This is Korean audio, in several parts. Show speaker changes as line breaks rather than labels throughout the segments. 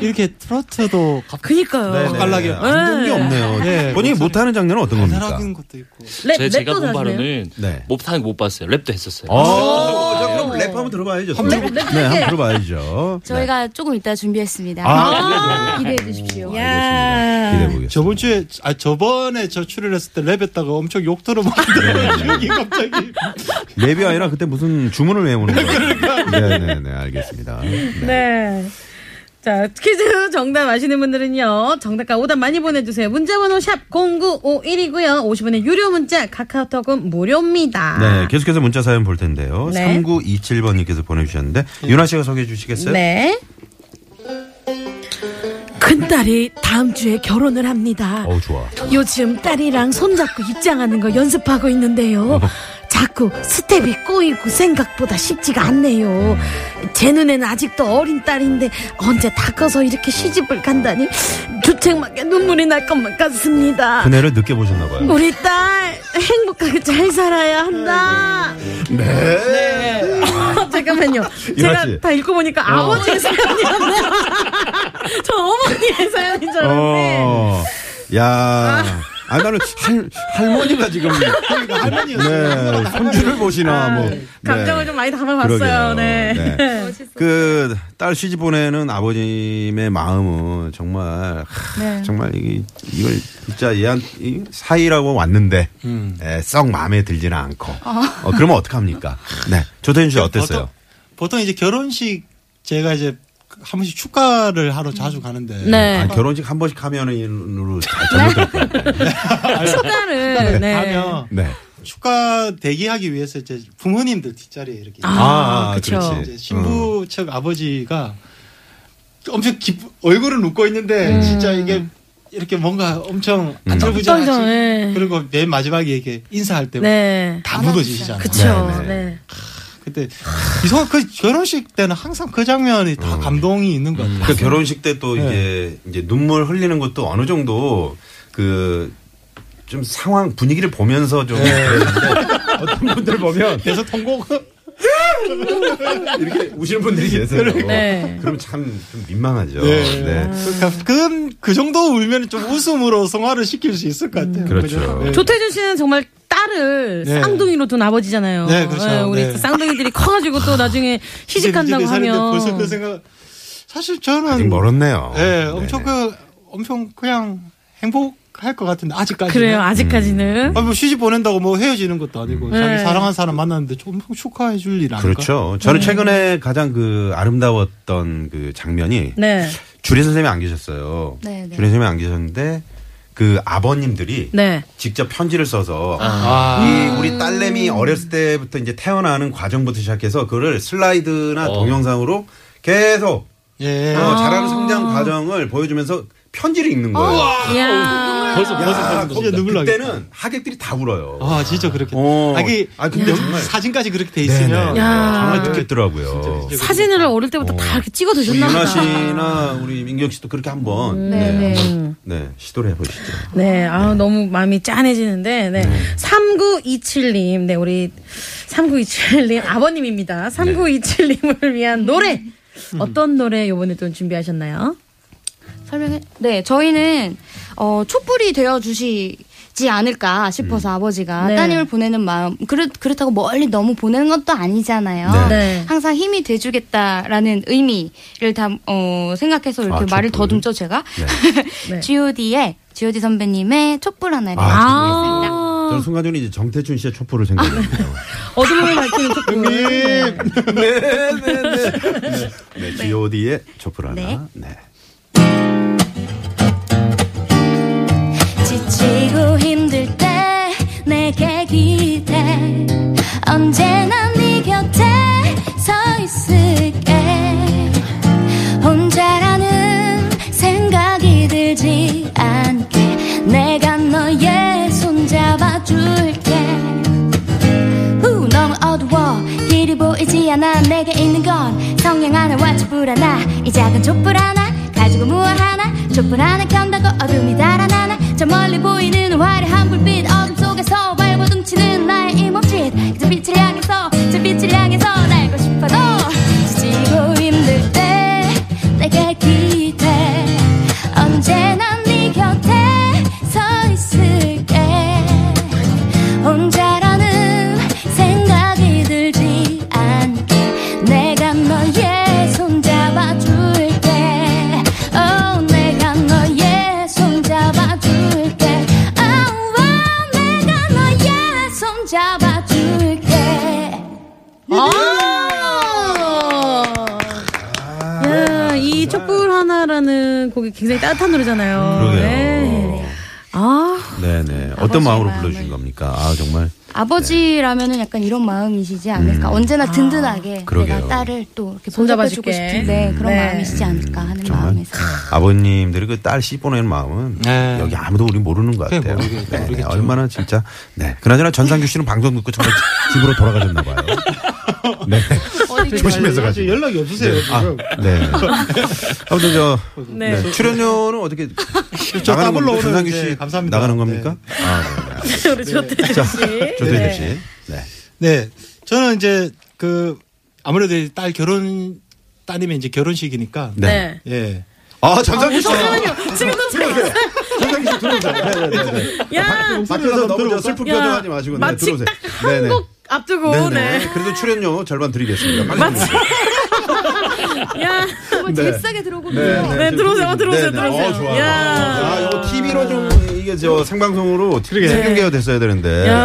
이렇게 트로트도 갑
아, 그니까요.
네네.
깔라기.
안된 게 없네요.
네.
본인이 못하는 장르는 어떤
자
겁니까?
하는 것도 있고.
랩,
제,
랩도
제가 본
잘하시네요.
바로는
네.
못하는 못 봤어요. 랩도 했었어요.
어, 자, 그럼 랩 한번 들어봐야죠. 네, 한번 들어봐야죠.
저희가 조금 이따 준비했습니다 기대해 주십시오
네,
야.
기대해 보겠습니다.
저번 주에, 아, 저번에 저 출연했을 때 랩했다가 엄청 욕 들어봤는데, 여기 갑자기.
랩이 아니라 그때 무슨 주문을 외우는 거예요. 네네네 알겠습니다. 네.
네. 자, 퀴즈 정답 아시는 분들은요, 정답과 오답 많이 보내주세요. 문자번호 샵 0951이고요, 50원의 유료 문자, 카카오톡은 무료입니다.
네, 계속해서 문자 사연 볼 텐데요.
네.
3927번님께서 보내주셨는데, 윤아 씨가 소개해 주시겠어요?
네. 큰딸이 다음 주에 결혼을 합니다.
어우, 좋아.
요즘 딸이랑 손잡고 입장하는 거 연습하고 있는데요. 자꾸 스텝이 꼬이고 생각보다 쉽지가 않네요. 제 눈에는 아직도 어린 딸인데 언제 다 커서 이렇게 시집을 간다니 주책맞게 눈물이 날 것만 같습니다.
그네를 늦게 보셨나봐요.
우리 딸 행복하게 잘 살아야 한다. 네. 잠깐만요. 제가
씨.
다 읽고 보니까 아버지의 사연이었네요. 저 어머니의 사연인 줄 알았는데.
어, 야. 아, 나는 할, 할머니가 지금.
그러니까
네, 손주를 보시나, 뭐. 네.
아, 감정을 좀 많이 담아봤어요.
그러게요.
네.
네. 그, 딸 시집 보내는 아버님의 마음은 정말, 하,
네.
정말, 이, 이걸 진짜 얘한 이 사이라고 왔는데,
음.
예, 썩 마음에 들지는 않고.
아.
어, 그러면 어떡합니까? 네. 조태준 씨 어땠어요?
보통, 보통 이제 결혼식, 제가 이제 한 번씩 축가를 하러 자주 가는데.
네.
아, 결혼식 한 번씩 하면은, 이로 잘못될 거예요.
축가를 네.
하면
네.
축가 대기하기 위해서 이제 부모님들 뒷자리에 이렇게.
아,
그쵸.
이제 신부 측 아버지가 엄청 기 얼굴은 웃고 있는데
음.
진짜 이게 이렇게 뭔가 엄청 안절부절하지
떨죠, 예.
그리고 맨 마지막에 이게 인사할 때 다
네.
무너지시잖아요.
그쵸.
네,
네.
네.
그때 이상 그 결혼식 때는 항상 그 장면이 다 감동이 있는 것 같아요.
음. 그러니까 결혼식 때 또 이게 이제 눈물 흘리는 것도 어느 정도 그 좀 상황 분위기를 보면서 좀 네. 어떤 분들 보면
그래서 통곡
이렇게 우시는 분들이 계세요.
네.
그럼 참 좀 민망하죠.
네.
네.
그러니까 그, 그 정도 울면 좀 웃음으로 성화를 시킬 수 있을 것 같아요.
그렇죠.
그죠? 네.
조태준 씨는 정말 딸을
네.
쌍둥이로 둔 아버지잖아요.
네, 그렇죠.
우리
네.
쌍둥이들이 커가지고 또 나중에 시집간다고
이제 24 살인데
하면.
벌써 그 생각 사실 저는
아직 아. 어, 멀었네요.
예, 엄청
네네.
그 엄청 그냥 행복 할 것 같은데 아직까지.
그래요 아직까지는
아뭐 시집 보낸다고 뭐 헤어지는 것도 아니고
네.
자기 사랑한 사람 만났는데 좀 축하해 줄 일 아닐까?
그렇죠. 저는 최근에 가장 그 아름다웠던 그 장면이
네
주례 선생님이 안 계셨어요.
네, 네.
주례 선생님이 안 계셨는데 그 아버님들이
네.
직접 편지를 써서
아.
이 우리 딸내미 어렸을 때부터 이제 태어나는 과정부터 시작해서 그거를 슬라이드나
어.
동영상으로 계속
예.
어, 자라는 성장 과정을 보여주면서 편지를 읽는 거예요.
야.
벌써 벌써
야,
벌써
진짜
거기다
눈물 아. 나겠다.
아, 그때는 하객들이 다 울어요.
아 진짜 그렇게.
어.
아 이게
아, 근데
여-
정말-
사진까지 그렇게 돼 있으면
정말 듣겠더라고요.
아. 진짜
사진을 어릴 때부터 다 이렇게 찍어
우리
두셨나
유나
보다.
씨나 우리 민경 씨도 그렇게 한번 네,
네,
한번, 네, 시도를 해보시죠.
네, 아 너무 마음이 짠해지는데, 네. 3927님, 네, 우리 3927님
네.
아버님입니다. 3927님을 위한 노래! 어떤 노래 요번에 또 준비하셨나요?
설명해. 네, 저희는 어, 촛불이 되어 주시지 않을까 싶어서
음.
아버지가
네.
따님을 보내는 마음. 그렇 그렇다고 멀리 너무 보내는 것도 아니잖아요.
네.
네.
항상 힘이 돼 주겠다라는 의미를 다 어, 생각해서 이렇게
아, 촛불.
말을 더듬죠, 제가.
네.
G.O.D의 G.O.D 선배님의 촛불 하나를
아,
아,
저는 순간적으로 이제 정태춘 씨의 촛불을 생각했는데요.
어둠을 밝히는 촛불. 네.
네, G.O.D의 촛불 하나.
네.
네.
지치고 힘들 때 내게 기대 언제나 네 곁에 서 있을게 혼자라는 생각이 들지 않게 내가 너의 손 잡아줄게 우, 너무 어두워 길이 보이지 않아 내게 있는 건 성냥 하나와 촛불 하나 이 작은 촛불 하나 가지고 무얼 하나 촛불 하나 켠다고 어둠이 달아나나 저 멀리 보이는 화려한 불빛 어둠 속에서 발버 둥치는 나의 이 몸짓 저 빛을 향해서 저 빛을 향해서 날고 싶어도 지치고 힘들 때 내게 기대 언제나 네 곁에 서 있을게 혼자라는 생각이 들지 않게 내가 너의 손 잡아줄게 oh, 내가 너의 손 잡아줄게 oh, oh, 내가 너의 손 잡아줄게
야, 이 촛불 하나라는 곡이 굉장히 따뜻한 노래잖아요.
그러게요.
네. 아,
네, 네. 어떤 마음으로
마음을-
불러주신 겁니까? 아, 정말.
아버지라면은 약간 이런 마음이시지 않을까 언제나 든든하게
그러게요.
내가 딸을 또 이렇게
손
보살펴주고
잡아줄게.
싶은 네, 그런
네.
마음이시지 않을까 하는
정말.
마음에서
아버님들이 그 딸 씹어내는 마음은
네.
여기 아무도 우리 모르는 것
그래,
같아요.
모르겠-
네, 네.
모르겠죠.
얼마나 진짜. 네. 그나저나 전상규 씨는 방송 듣고 정말 집으로 돌아가셨나 봐요. 네. 조심해서
아직
가시죠.
연락이 없으세요 지금.
네. 아무튼 저
네.
네. 출연료는 어떻게
저
나가는
더블로
겁니까?
오늘
전상규
이제
씨
감사합니다.
나가는 겁니까? 아, 네.
우리 조태준 씨.
조태준 씨. 네.
네, 저는 이제 그 아무래도 이제 딸 결혼 따님의 이제 결혼식이니까.
네.
네.
예.
아, 전상규 씨.
잠깐만요.
네.
지금도 잠깐.
전상규 씨 들어오세요. 네, 네, 네.
야,
밖에서 너무 저 슬픈 표정하지 마시고 네,
마치
들어오세요. 네, 네.
딱한곡 앞두고
네네.
네.
그래도 출연료 절반 드리겠습니다. 빨리 들어오세요.
야,
네.
싸게 들어오고
네,
네, 들어오세요,
지금
들어오세요,
네, 네.
들어오세요.
어, 좋아요.
야. 네.
야, 이거 TV로 좀 이게 저 생방송으로 TV로 생중계가 됐어야 되는데.
야.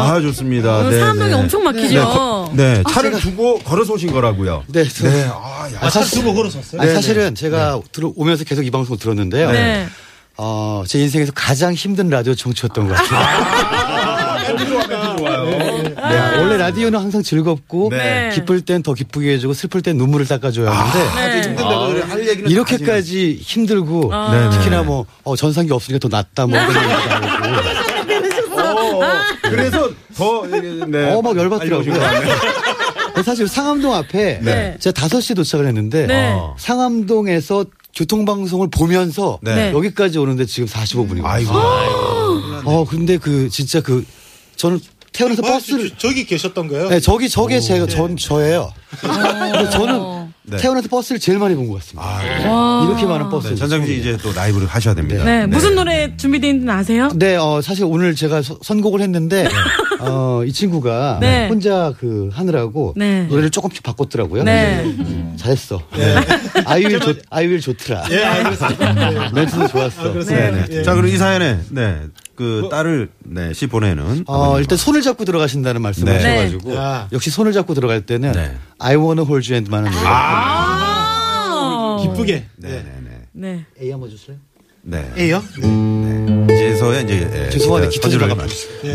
아, 좋습니다.
오늘
네,
사람들이
네.
엄청 막히죠? 아,
네, 거- 네, 차를 두고 걸어서 오신 거라고요.
네, 저-
네, 아, 야.
아, 사실 두고 걸었었어요. 네,
아니, 사실은 제가 들어오면서 계속 이 방송을 들었는데요.
네.
어, 제 인생에서 가장 힘든 라디오 청취였던 것 같아요.
좋아요.
네, 원래 라디오는 항상 즐겁고
네.
기쁠 땐 더 기쁘게 해주고 슬플 땐 눈물을 닦아줘야 하는데
네.
아주 힘든다고 그래. 할 얘기는 다
이렇게까지 힘들고
네, 네.
특히나 뭐 어, 전산기 없으니까 더 낫다 뭐 이런 얘기도 하고
하지만- 어,
아.
어. 그래서 더 이게, 네.
어, 막 열받더라고요.
알려주고 싶네요.
사실 상암동 앞에
네.
제가 5시 도착을 했는데
네.
어.
상암동에서 교통방송을 보면서
네.
여기까지 오는데 지금 45분이거든요.
아이고. 네.
어, 근데 그 진짜 그 저는 태어나서
아,
버스를
저- 저기 계셨던 거예요?
네, 저기 저게 제가 전 저예요. 근데 저는
네. 아,
태어나서 버스를 제일 많이 본 것 같습니다. 이렇게 많은 버스.
네, 전장씨 이제 또 라이브를 하셔야 됩니다.
네, 무슨 노래 준비되는지 아세요?
네, 어, 사실 오늘 제가 서- 선곡을 했는데 어, 어, 이 친구가
네.
혼자 그 하느라고
네.
노래를 조금씩 바꿨더라고요. 음,
네.
잘했어. 아이윌 좋 아이윌 좋더라. 네,
예, 알겠습니다. 예.
멘트도 좋았어.
그렇습니다.
네.
예.
자, 그리고 이 사연에, 네. 그
뭐-
딸을, 네, 씨 보내는.
어, 일단 손을 잡고 들어가신다는 말씀을
네.
하셔가지고
네. 야.
역시 손을 잡고 들어갈 때는
네.
I wanna hold you and 많은 노래. 아~ 뭐.
기쁘게.
네, 네, 네.
네.
A 한번 주세요.
네.
예요?
네. 이제서야 이제 예,
죄송한데 기타 좀
서주를
예. 나가면 안
네.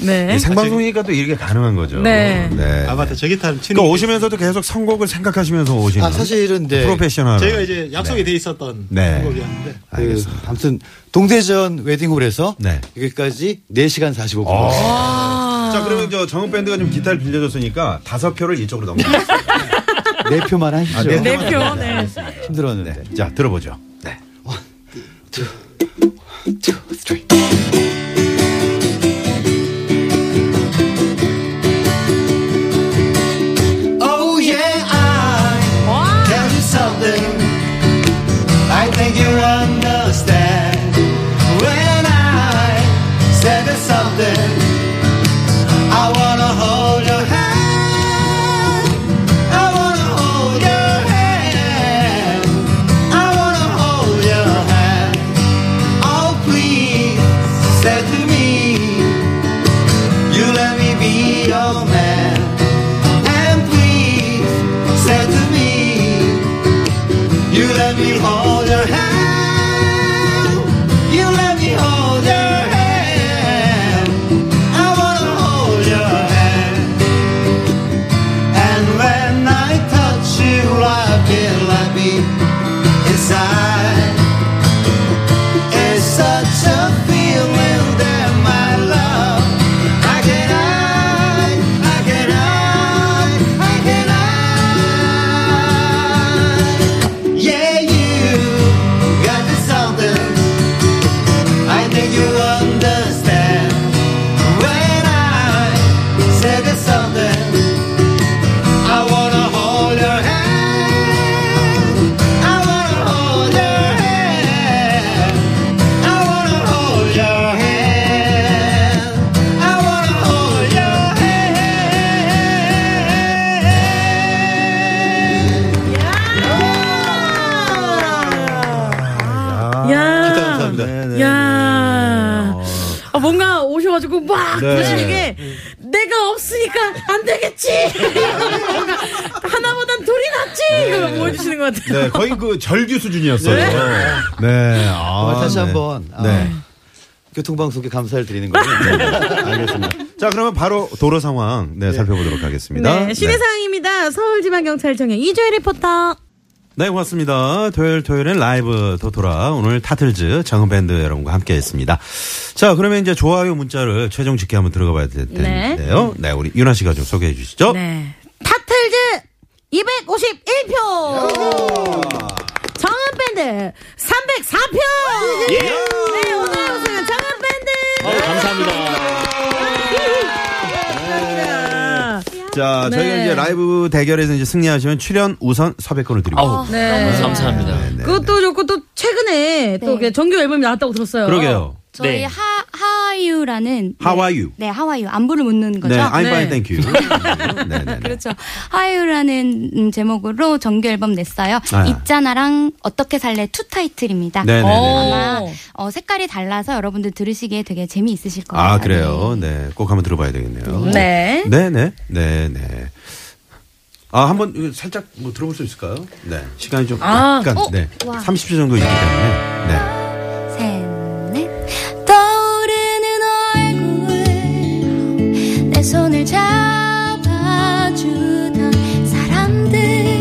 네.
네.
이 생방송이니까 또 이렇게 가능한 거죠.
네.
아 맞다. 저기 타는 치는.
그러니까
게
오시면서도 계속 선곡을 생각하시면서 오시는.
아, 사실은 네.
프로페셔널.
저희가 이제 약속이 돼 있었던
네.
곡이었는데.
그, 아무튼 동대전 웨딩홀에서
네. 어.
여기까지 4시간 45분.
자, 그러면 저 정은 밴드가 좀 기타를 빌려줬으니까 다섯 표를 이쪽으로 넘겨주세요.
네 표만 하시죠.
아, 네.
네. 표. 네.
힘들었는데.
네. 자, 들어보죠. 네.
Oh yeah, I tell you something. I think you understand when I say there's something. I wanna hold your hand. I wanna hold your hand. I wanna hold your hand. Oh please, say to me, you let me be your man. And please say to me, you let me hold your hand. You let me hold your hand. I wanna hold your hand. And when I touch you, I feel like me inside. It's such a feeling that my love I cannot, I cannot, I cannot Yeah you got the something I think you understand When I say the something I wanna hold your hand I wanna hold your hand I wanna hold your hand. I wanna hold your hand.
아. 야.
기타 감사합니다. 네, 네.
야. 아, 뭔가 오셔가지고 막
네.
그러시는 게 내가 없으니까 안 되겠지. 뭔가 하나보단 둘이 낫지. 이거 보여주시는 것 같아요.
네, 거의 그 절규 수준이었어요. 네. 아,
다시
네.
한번 아,
네.
교통방송에 감사를 드리는 거예요. 네.
알겠습니다. 자, 그러면 바로 도로 상황 네, 살펴보도록 하겠습니다.
네, 시내 상황입니다. 서울지방경찰청의 이조혜 리포터.
네, 고맙습니다. 토요일 토요일엔 라이브 도토라 오늘 타틀즈 정은밴드 여러분과 함께했습니다. 자, 그러면 이제 좋아요 문자를 최종 집계 한번 들어가 봐야 될
네.
텐데요. 네, 우리 윤아 씨가 좀 소개해 주시죠.
네. 타틀즈 251표. 정은밴드 304표.
예.
네, 오늘의 우승은
어,
정은밴드. 감사합니다.
자, 저희가
네.
이제 라이브 대결에서 이제 승리하시면 출연 우선 섭외권을 드리고
아우,
네.
감사합니다.
네.
그것도 좋고 또 최근에 또 이게 정규 앨범이 나왔다고 들었어요.
그러게요.
저희
네.
하, 하와유라는. 네,
How are you?
네, 하와유. 안부를 묻는 거죠.
네, I'm
네.
fine, thank you. 네, 네, 네.
그렇죠. 하와유라는 음, 제목으로 정규 앨범 냈어요.
아.
있잖아랑 어떻게 살래 투 타이틀입니다.
네, 네, 네.
아마 어, 색깔이 달라서 여러분들 들으시기에 되게 재미있으실 거예요.
아, 그래요. 네. 꼭 한번 들어봐야 되겠네요.
네.
네, 네. 네, 네. 아, 한번 이거 살짝 뭐 들어볼 수 있을까요? 네. 시간이 좀
아,
약간
어?
네.
와.
30초 정도 있기 때문에. 네.
셋넷 떠오르는 얼굴 내 손을 잡아주던 사람들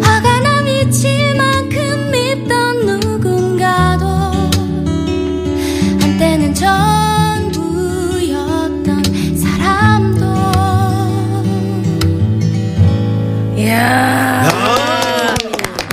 화가 나 미칠 만큼 믿던 누군가도 한때는 전부였던 사람도
이야.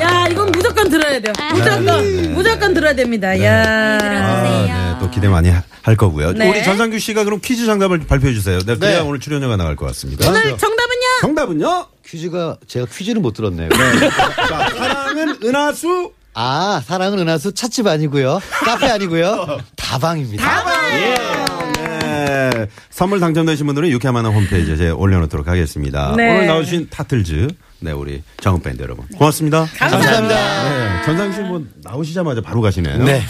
야, 이건 무조건 들어야 돼요.
아. 네, 네.
무조건, 무조건 들어야 됩니다. 야.
아, 네. 또 기대 많이 하- 할 거고요.
네.
우리 전상규 씨가 그럼 퀴즈 정답을 발표해 주세요. 네, 그래야
네.
오늘 출연료가 나갈 것 같습니다.
오늘 정답은요?
정답은요?
퀴즈가 제가 퀴즈는 못 들었네요.
자, 사랑은 은하수
아 사랑은 은하수 찻집 아니고요. 카페 아니고요. 다방입니다.
네. 예, 선물 당첨되신 분들은 유쾌한 만남 홈페이지에 제가 올려놓도록 하겠습니다.
네.
오늘 나오신 타틀즈, 네, 우리 정밴드 여러분. 고맙습니다. 네, 전상희 씨뭐 나오시자마자 바로 가시네요. 네.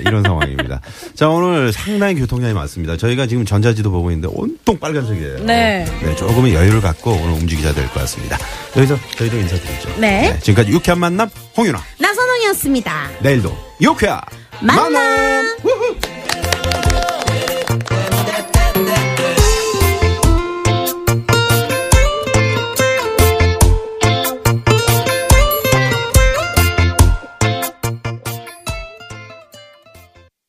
이런 상황입니다. 자, 오늘 상당히 교통량이 많습니다. 저희가 지금 전자지도 보고 있는데 온통 빨간색이에요.
네.
조금의 여유를 갖고 오늘 움직이자 될 것 같습니다. 여기서 저희도 인사드리죠.
네.
지금까지 유쾌한 만남 홍윤아.
나선홍이었습니다.
내일도 유쾌한
만남.
우!